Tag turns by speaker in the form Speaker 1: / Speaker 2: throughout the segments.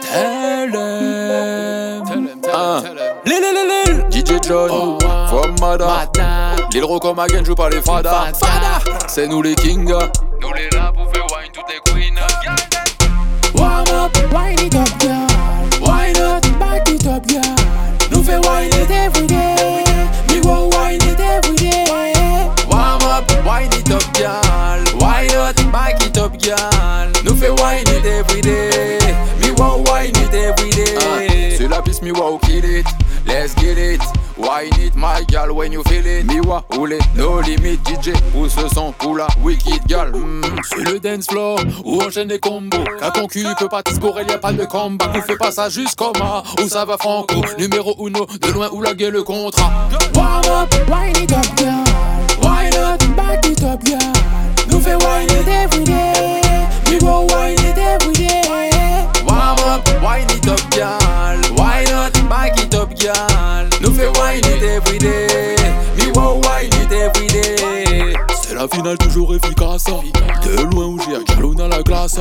Speaker 1: Tell 'em. Hein. Lil, lil, lil, lil. DJ John,
Speaker 2: Oh, wow.
Speaker 1: from Mada. Lil Rocco Magan joue par les Fada.
Speaker 2: Fada.
Speaker 1: C'est nous les kings. Nous les là pour faire wine toutes les queens.
Speaker 2: Warm up, wind it up, girl. Why not back it up, girl? Nous fait wind it every day. Me go wind it every day. Warm up, wind it up, girl. Why not back it up, girl? Nous fait wind it every day. Me go wind it every day.
Speaker 1: Ah, C'est la piste Miwa ou kill it, let's get it Why it my gal when you feel it Miwa ou les no limit DJ Où ce son ou la wicked gal Hmm, C'est le dance floor où enchaîne les combos Qu'un concu peut pas te scorer y'a pas de combat Ou fais pas ça juste comme un Où ça va franco Numéro uno de loin où la gueule le contrat
Speaker 2: Warm up, wind it up, girl. Why not back it up, girl? Nous fait wind it every day. We go wind it every day. Warm up, wind it up, girl. Why not back it up, girl? Nous fait wind it every day. We go wind it every day.
Speaker 1: C'est la finale toujours efficace hein. De loin où j'ai galon à la classe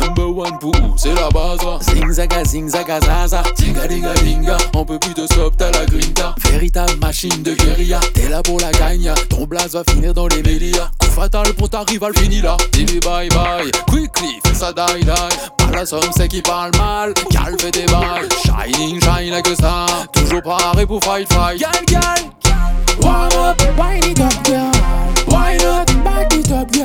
Speaker 1: Number one pour où c'est la base
Speaker 2: Zing zaga zing zaga zaza
Speaker 1: Dinga dinga dinga, on peut plus de stop, t'as la grinta Véritable machine de guérilla, t'es là pour la gagne Ton blaze va finir dans les médias Coup fatal pour ta rivale, fini là Dis-lui bye bye, quickly, fais ça die die Pas la somme, c'est qui parle mal, calme fais tes bails Shining, shine like a star, toujours paré pour fight fight
Speaker 2: Gal gal Warm up, wind it up, girl. Why not back it up, girl?